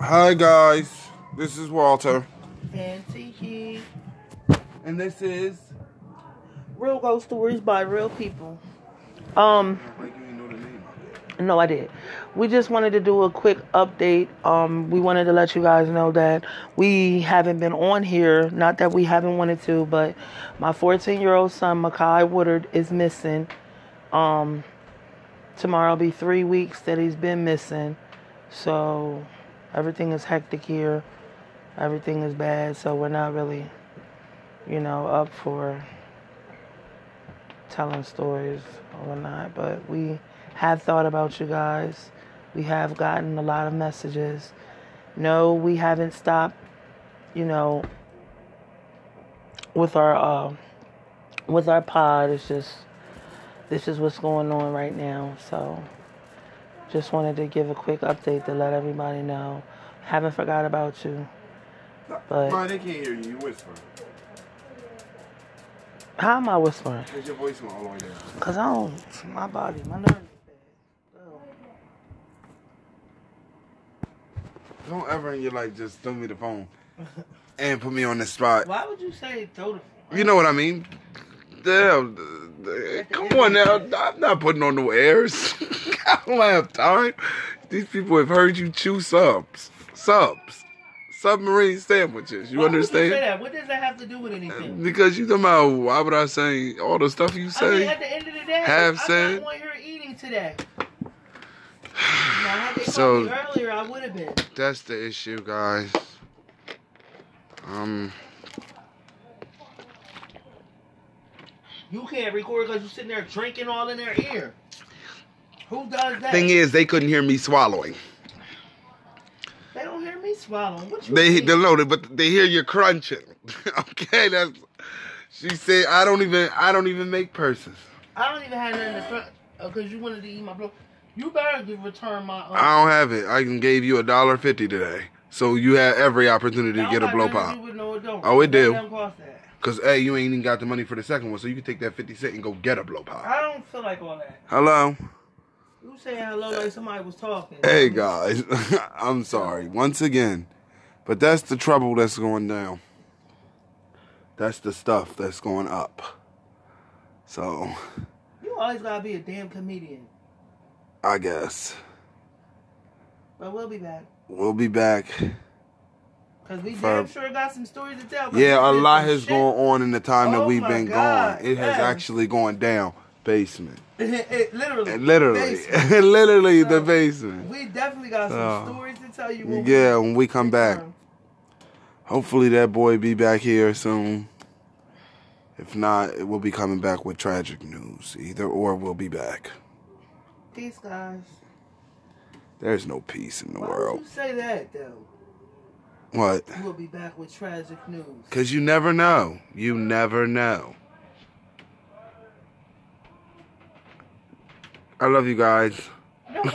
Hi guys, this is Walter, And Tiki. and this is. Real ghost stories by real people. Um, no, I did. We just wanted to do a quick update. Um, we wanted to let you guys know that we haven't been on here. Not that we haven't wanted to, but my 14 year old son, Makai Woodard, is missing. Um, tomorrow will be three weeks that he's been missing. So everything is hectic here. Everything is bad. So we're not really, you know, up for telling stories or whatnot. But we have thought about you guys. We have gotten a lot of messages. No, we haven't stopped, you know, with our uh, with our pod. It's just this is what's going on right now. So just wanted to give a quick update to let everybody know. Haven't forgot about you. But- Ma, they can't hear you. You whisper. How am I whispering? Cause your voice went all the way down. Cause I don't my body, my nerves. Don't ever in your life just throw me the phone and put me on the spot. Why would you say throw the You know what I mean? Damn. uh, uh, Come on now. I'm not putting on no airs. I don't have time. These people have heard you chew subs. Subs. Submarine sandwiches. You Why would say understand? that? What does that have to do with anything? Because you talking about why would I say all the stuff you I mean, say? at the end of the day, have I'm said- not on here eating today. Now, had they So- called me earlier, I would have been. That's the issue, guys. Um, You can't record because you're sitting there drinking all in their ear. Who does that? thing is, they couldn't hear me swallowing. they don't hear me swallowing. What you They mean? they loaded, but they hear you crunching. okay, that's. She said, "I don't even I don't even make purses. I don't even have nothing to front because you wanted to eat my blow. You better give return my. Um, I don't have it. I can gave you a dollar fifty today, so you had every opportunity to That get a don't blow got nothing to pop. do with no adult. Oh, it That do. don't cost that. Cause hey, you ain't even got the money for the second one, so you can take that fifty cent and go get a blow pop. I don't feel like all that. Hello, You saying hello like somebody was talking. hey guys, I'm sorry once again, but that's the trouble that's going down. That's the stuff that's going up. So, You always gotta be a damn comedian. I guess But we'll be back. we'll be back. Cause we For- damn sure got some stories to tell. but Yeah, a this is lot some has shit. gone on in the time that Oh we've my been God, gone. It has yes. actually gone down. Basement. It literally. Literally. Basically, Literally the So, basement. We definitely got some Oh. stories to tell you. when we Yeah, when we come back. return. Hopefully that boy be back here soon. If not, it will be coming back with tragic news. Either or we'll be back. Peace, guys. There's no peace in the Why world. would you say that though? What? We'll be back with tragic news. Cause you never know. You never know. I love you guys. No, why